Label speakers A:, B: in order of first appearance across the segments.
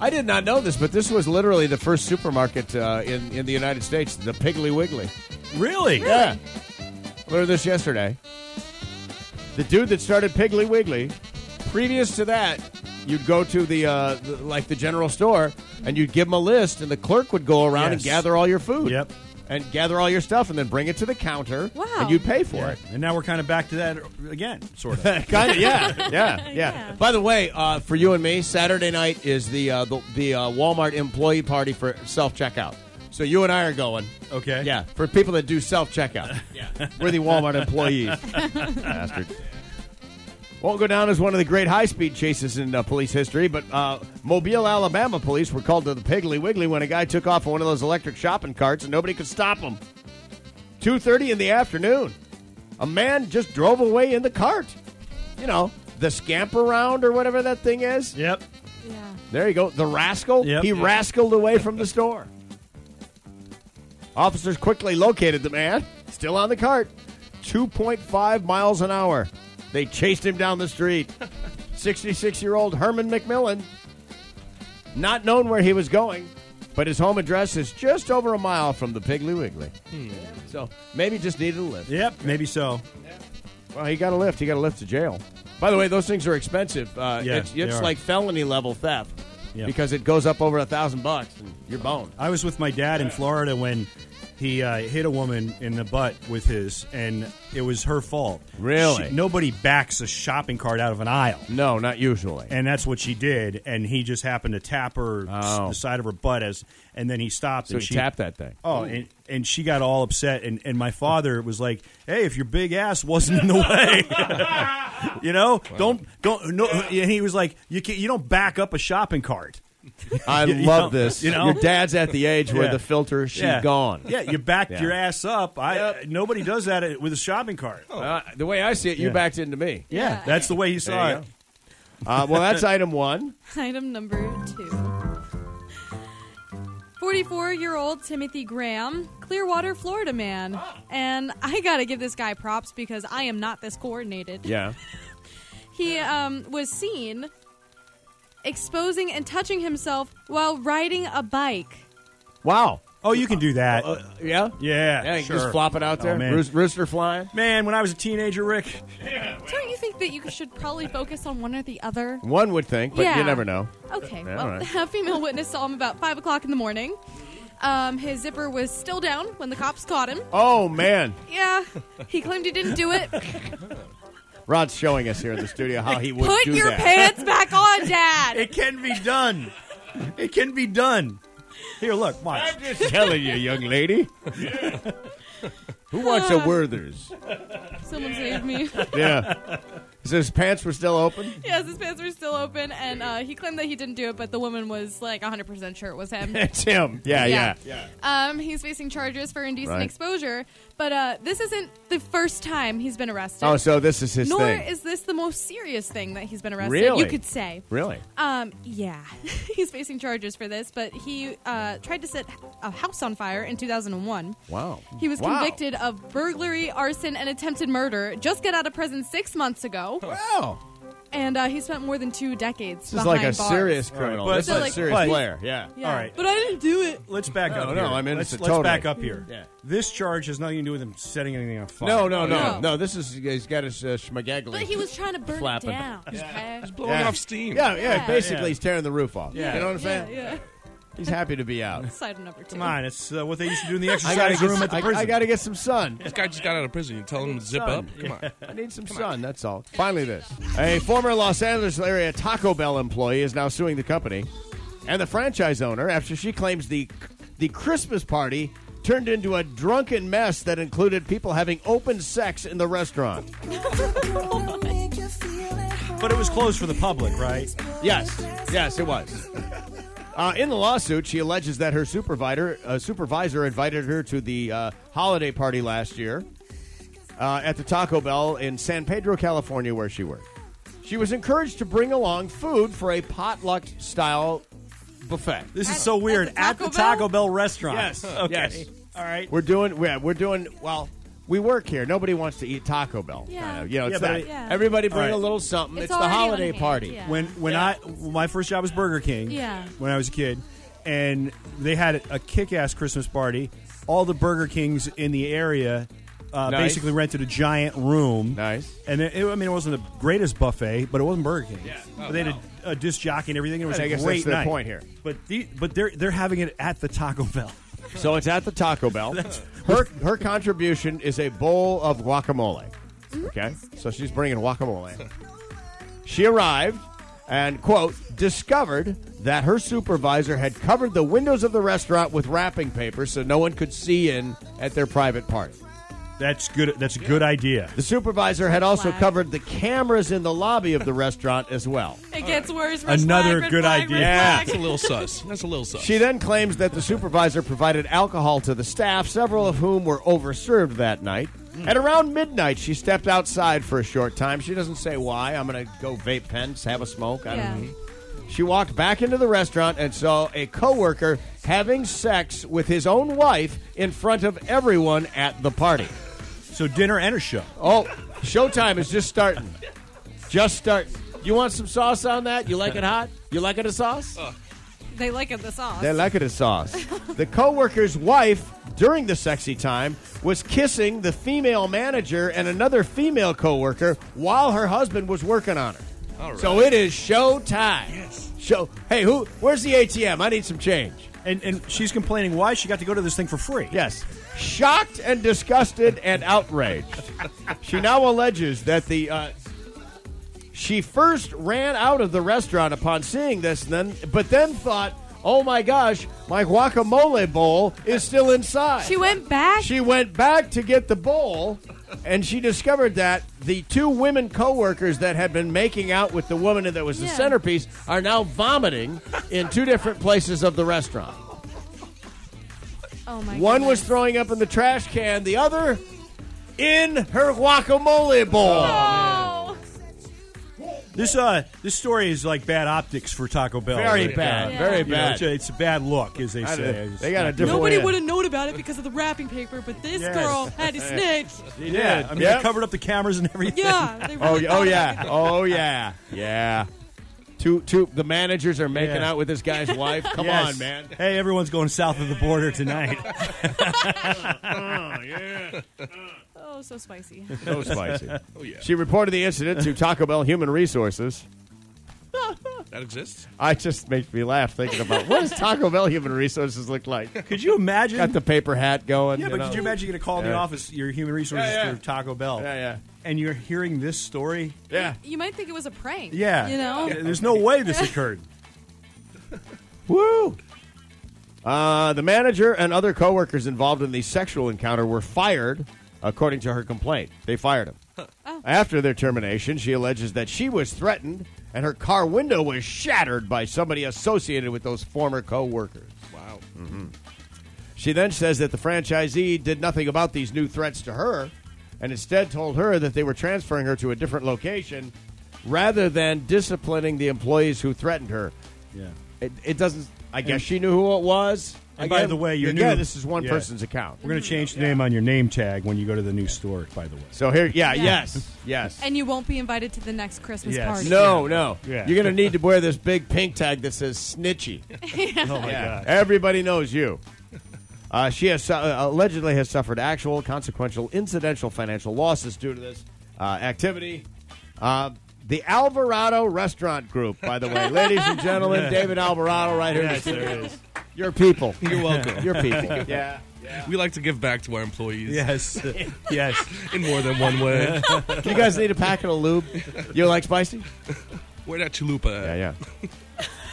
A: I did not know this, but this was literally the first supermarket uh, in in the United States, the Piggly Wiggly.
B: Really?
A: Yeah, learned this yesterday. The dude that started Piggly Wiggly, previous to that, you'd go to the, uh, the like the general store and you'd give him a list, and the clerk would go around and
B: Yes.
A: gather all your food.
B: Yep.
A: And gather all your stuff and then bring it to the counter.
C: Wow.
A: And you'd pay for it.
B: And now we're kind of back to that again, sort of.
A: kind of, yeah, yeah, yeah,
C: Yeah.
A: By the way, uh, for you and me, Saturday night is the uh, the, the uh, Walmart employee party for self checkout. So you and I are going.
B: Okay.
A: Yeah, for people that do self checkout. yeah, we're the Walmart employees. Bastard. Won't go down as one of the great high speed chases in uh, police history, but uh, Mobile, Alabama police were called to the Piggly Wiggly when a guy took off in one of those electric shopping carts and nobody could stop him. Two thirty in the afternoon, a man just drove away in the cart. You know, the scamper round or whatever that thing is.
B: Yep.
C: Yeah.
A: There you go. The rascal.
B: Yep.
A: He
B: Yep.
A: rascaled away from the store. Officers quickly located the man, still on the cart, 2.5 miles an hour. They chased him down the street. 66 year old Herman McMillan, not known where he was going, but his home address is just over a mile from the Piggly Wiggly. So maybe just needed a lift.
B: Yep. Maybe so.
A: Well, he got a lift. He got a lift to jail. By the way, those things are expensive. Uh,
B: Yeah,
A: it's
B: they
A: it's
B: are.
A: like felony level theft
B: Yeah.
A: because it goes up over a thousand bucks and you're boned.
B: I was with my dad in Florida when he uh, hit a woman in the butt with his, and it was her fault.
A: Really?
B: She- nobody backs a shopping cart out of an aisle.
A: No, not usually.
B: And that's what she did, and he just happened to tap her s-
A: Oh.
B: the side of her butt as, and then he stopped.
A: so
B: and
A: he
B: she
A: tapped that thing.
B: Oh, and, and she got all upset, and, and my father was like, "Hey, if your big ass wasn't in the way, you know, don't don't no." And he was like, "You can, you don't back up a shopping cart.
A: I
B: You
A: love
B: know-
A: this.
B: you know?
A: Your dad's at the age where
B: Yeah.
A: the filter she's
B: yeah.
A: gone.
B: Yeah, you backed
A: Yeah.
B: your ass up. I
A: Yep.
B: nobody does that with a shopping cart.
A: Uh, the way I see it, you
B: Yeah.
A: backed into me.
B: Yeah, that's the way he saw
A: There you
B: it.
A: Uh, well, that's item one.
C: Item number two. 44 year old Timothy Graham, Clearwater, Florida man. And I gotta give this guy props because I am not this coordinated.
A: Yeah.
C: He um, was seen exposing and touching himself while riding a bike.
A: Wow.
B: Oh, you can do that,
A: Yeah.
B: Yeah,
A: Uh, Yeah. You can
B: sure.
A: Just flop it out
B: Oh,
A: there.
B: man.
A: Roos- rooster flying.
B: man. When I was a teenager, Rick,
C: Don't you think that you should probably focus on one or the other?
A: One would think, but
C: Yeah.
A: you never know.
C: Okay.
A: Yeah,
C: well,
A: all right.
C: a female witness saw him about five o'clock in the morning. Um, his zipper was still down when the cops caught him.
A: Oh man,
C: Yeah, he claimed he didn't do it.
A: Rod's showing us here in the studio how he would
C: Put
A: do
C: your
A: that.
C: pants back on, Dad.
B: it can be done. it can be done. Here, look, watch.
A: just telling you, young lady. Who wants a Werther's?
C: Someone saved me.
A: Yeah. So his pants were still open?
C: yes, his pants were still open, and uh, he claimed that he didn't do it, but the woman was like 100% sure it was him.
A: It's him. Yeah, yeah.
C: Yeah. Um, he's facing charges for indecent
A: Right.
C: exposure, but uh, this isn't the first time he's been arrested.
A: Oh, so this is his
C: nor
A: thing.
C: is this the most serious thing that he's been arrested.
A: Really?
C: You could say.
A: really?
C: Um, yeah, he's facing charges for this, but he uh, tried to set a house on fire in 2001.
A: Wow.
C: He was
A: Wow.
C: convicted of burglary, arson, and attempted murder. Just got out of prison six months ago,
A: Wow.
C: and uh, he spent more than two decades.
A: This is
C: behind
A: like a
C: bars.
A: serious criminal.
B: All right,
A: this
B: but-
A: is
C: So,
A: a
C: like-
A: serious
B: but-
A: player. Yeah.
C: Yeah.
B: All right.
C: but I didn't do it.
B: Let's back
A: No,
B: up.
A: no,
B: here.
A: I'm
B: let's,
A: innocent,
B: let's
A: totally.
B: back up here.
A: Yeah.
B: This charge has nothing to do with him setting anything on fire.
A: No, no, no, no.
C: No.
A: This is he's got his uh, schmagaggly.
C: But he was trying to burn
A: Flapping.
C: it down. Okay?
D: Blowing
A: Yeah.
D: off steam.
A: Yeah, yeah,
C: Yeah.
A: Basically,
B: Yeah.
A: he's tearing the roof off.
B: Yeah.
A: You know what I'm saying?
C: Yeah.
A: He's happy to be out.
C: Side number two.
B: Come on, it's uh, what they used to do in the
A: I gotta
B: exercise
A: get,
B: room at the
A: I-
B: prison.
A: I, gotta get some sun.
D: This guy just got out of prison. You telling him to zip up? Come on.
A: I need some sun, that's all. Finally, this. A former Los Angeles area Taco Bell employee is now suing the company and the franchise owner after she claims the, the Christmas party turned into a drunken mess that included people having open sex in the restaurant.
B: but it was closed for the public, right?
A: Yes, yes, it was. Uh, in the lawsuit, she alleges that her supervisor uh, supervisor invited her to the uh, holiday party last year uh, at the Taco Bell in San Pedro, California, where she worked. She was encouraged to bring along food for a potluck style buffet.
B: This is
C: At-
B: so
C: at
B: weird.
C: the
B: At the
C: Taco Bell?
B: Taco Bell restaurant.
A: Yes,
B: Okay.
A: yes.
B: All right.
A: We're doing yeah, we're doing well. We work here. Nobody wants to eat Taco Bell.
C: Yeah.
A: Kinda. you know, it's
B: Yeah, but
A: that.
B: it-
C: Yeah.
A: Everybody bring
B: All right.
A: a little something. It's,
C: It's
A: the
C: already on
A: holiday
C: hand,
A: party.
C: yeah.
B: When when I my first job was Burger King.
C: Yeah.
B: When I was a kid, and they had a kick-ass Christmas party. All the Burger Kings in the area uh,
A: Nice.
B: basically rented a giant room.
A: Nice.
B: And it, it- I mean, it wasn't the greatest buffet, but it wasn't Burger King. Yeah. they had a, a disc jockey and everything. It was
A: Oh, I
B: a
A: guess
B: great
A: that's their
B: night.
A: point here.
B: But the, but they're they're having it at the Taco Bell.
A: So it's at the Taco Bell. her her contribution is a bowl of guacamole. Okay, so she's bringing guacamole. She arrived and quote discovered that her supervisor had covered the windows of the restaurant with wrapping paper so no one could see in at their private party.
B: That's good. That's a good idea.
A: The supervisor had also
C: Flag.
A: covered the cameras in the lobby of the restaurant as well.
C: It gets worse. Red
B: Another
C: flag, red
B: good
C: flag,
B: idea.
C: red
B: Yeah.
C: flag.
D: That's a little sus. That's a little sus.
A: She then claims that the supervisor provided alcohol to the staff, several of whom were overserved that night. At around midnight, she stepped outside for a short time. She doesn't say why. I'm going to go vape pens, have a smoke. I
C: Yeah.
A: don't know. She walked back into the restaurant and saw a coworker having sex with his own wife in front of everyone at the party.
B: So dinner and a show.
A: Oh, showtime is just starting. Just starting. You want some sauce on that? You like it hot? You like it a sauce?
C: They like it, the sauce.
A: They like it a sauce. the coworker's wife during the sexy time was kissing the female manager and another female coworker while her husband was working on her. So it is show time. Yes. Show. Hey, who? Where's the ATM? I need some change.
B: And and she's complaining why she got to go to this thing for free.
A: Yes. Shocked and disgusted and outraged. she now alleges that the. Uh, she first ran out of the restaurant upon seeing this, and then, but then thought, oh my gosh, my guacamole bowl is still inside.
C: she went back.
A: She went back to get the bowl, and she discovered that the two women coworkers that had been making out with the woman that was the
C: Yeah.
A: centerpiece are now vomiting in two different places of the restaurant.
C: oh my
A: One
C: goodness.
A: was throwing up in the trash can, the other in her guacamole bowl.
C: Oh,
B: This uh, this story is like bad optics for Taco Bell.
A: Very
B: Like,
A: bad,
B: uh,
A: very
B: you know,
A: bad.
B: it's, a, it's a bad look, as they
A: I don't
B: say.
A: know. They got a different
C: nobody
A: way in.
C: would have known about it because of the wrapping paper, but this
B: Yes.
C: girl had to snitch.
B: Yeah, I mean,
A: Yep.
B: they covered up the cameras and everything.
C: Yeah. They really
A: Oh, y- oh
C: thought
A: yeah, oh yeah, yeah. Two, two. The managers are making
B: Yeah.
A: out with this guy's wife. Come
B: Yes.
A: on, man.
B: Hey, everyone's going south of the border tonight.
C: Oh, so spicy.
A: So spicy. oh, yeah. She reported the incident to Taco Bell Human Resources.
D: that exists.
A: I just makes me laugh thinking about what does Taco Bell Human Resources look like?
B: could you imagine?
A: Got the paper hat going.
B: yeah, but could you
A: know?
B: imagine you get a call in the
A: Yeah.
B: office, your human resources
A: Yeah, yeah.
B: for Taco Bell,
A: Yeah,
B: and you're hearing this story?
A: yeah, yeah.
C: You might think it was a prank.
B: Yeah,
C: You
A: Oh.
C: know?
B: there's no way this occurred.
A: Woo! Uh, the manager and other coworkers involved in the sexual encounter were fired, according to her complaint. They fired him. After their termination, she alleges that she was threatened and her car window was shattered by somebody associated with those former coworkers. Mm-hmm.
D: Wow.
A: She then says that the franchisee did nothing about these new threats to her and instead told her that they were transferring her to a different location rather than disciplining the employees who threatened her.
B: Yeah.
A: It, it doesn't. I guess she knew who it was.
B: And
A: I
B: by
A: guess-
B: the way, your
A: again,
B: new-
A: this is one
B: yeah.
A: person's account.
B: We're going to change the name on your name tag when you go to the new store, by the way.
A: So here, yeah,
C: Yeah.
A: yes, yes.
C: And you won't be invited to the next Christmas
B: Yes.
C: party.
A: no, no.
B: Yeah.
A: You're going to need to wear this big pink tag that says "snitchy."
B: Oh, my
A: Yeah.
B: God.
A: Everybody knows you. Uh, she has su- uh, allegedly has suffered actual, consequential, incidental financial losses due to this uh, activity. Uh, the Alvarado Restaurant Group, by the way, ladies and gentlemen, David Alvarado, right here. Yes, there is. Your people.
D: You're welcome.
A: Your people. yeah.
D: we like to give back to our employees
B: Yes. yes.
D: in more than one way.
A: Do you guys need a packet of lube? You like spicy?
D: Where that chalupa at?
A: Yeah,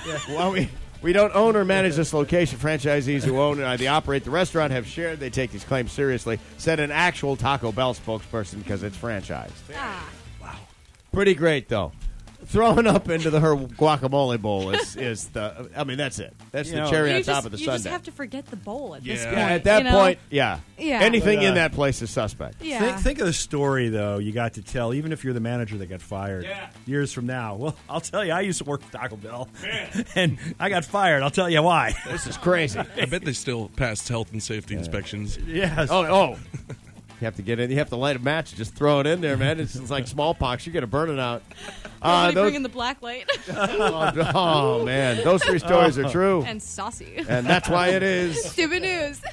A: yeah. well, we, we don't own or manage this location. Franchisees who own and they operate the restaurant have shared they take these claims seriously, said an actual Taco Bell spokesperson because it's franchised.
C: Ah.
A: Pretty great, though. throwing up into the her guacamole bowl is, is the. I mean, that's it. That's
B: You
A: the
B: know,
A: cherry
C: you
A: on
C: just,
A: top of the
C: you
A: sundae.
C: just have to forget the bowl at this
D: Yeah.
C: point.
D: Yeah,
A: At that
C: you know?
A: point, yeah,
C: Yeah.
A: anything
B: But, uh,
A: in that place is suspect.
C: yeah.
B: Think, think of the story though you got to tell, even if you're the manager that got fired
D: Yeah.
B: years from now. Well, I'll tell you, I used to work at Taco Bell, and I got fired. I'll tell you why.
A: This is crazy.
D: I bet they still passed health and safety inspections.
B: yes.
A: oh, oh. You have to get in. You have to light a match. Just throw it in there, man. It's, it's like smallpox. You're gonna burn it out.
C: I'm
A: Uh,
C: gonna
A: those,
C: bring in the black light
A: oh, oh, man, those three stories are true,
C: and saucy.
A: and that's why it is
C: Stupid news.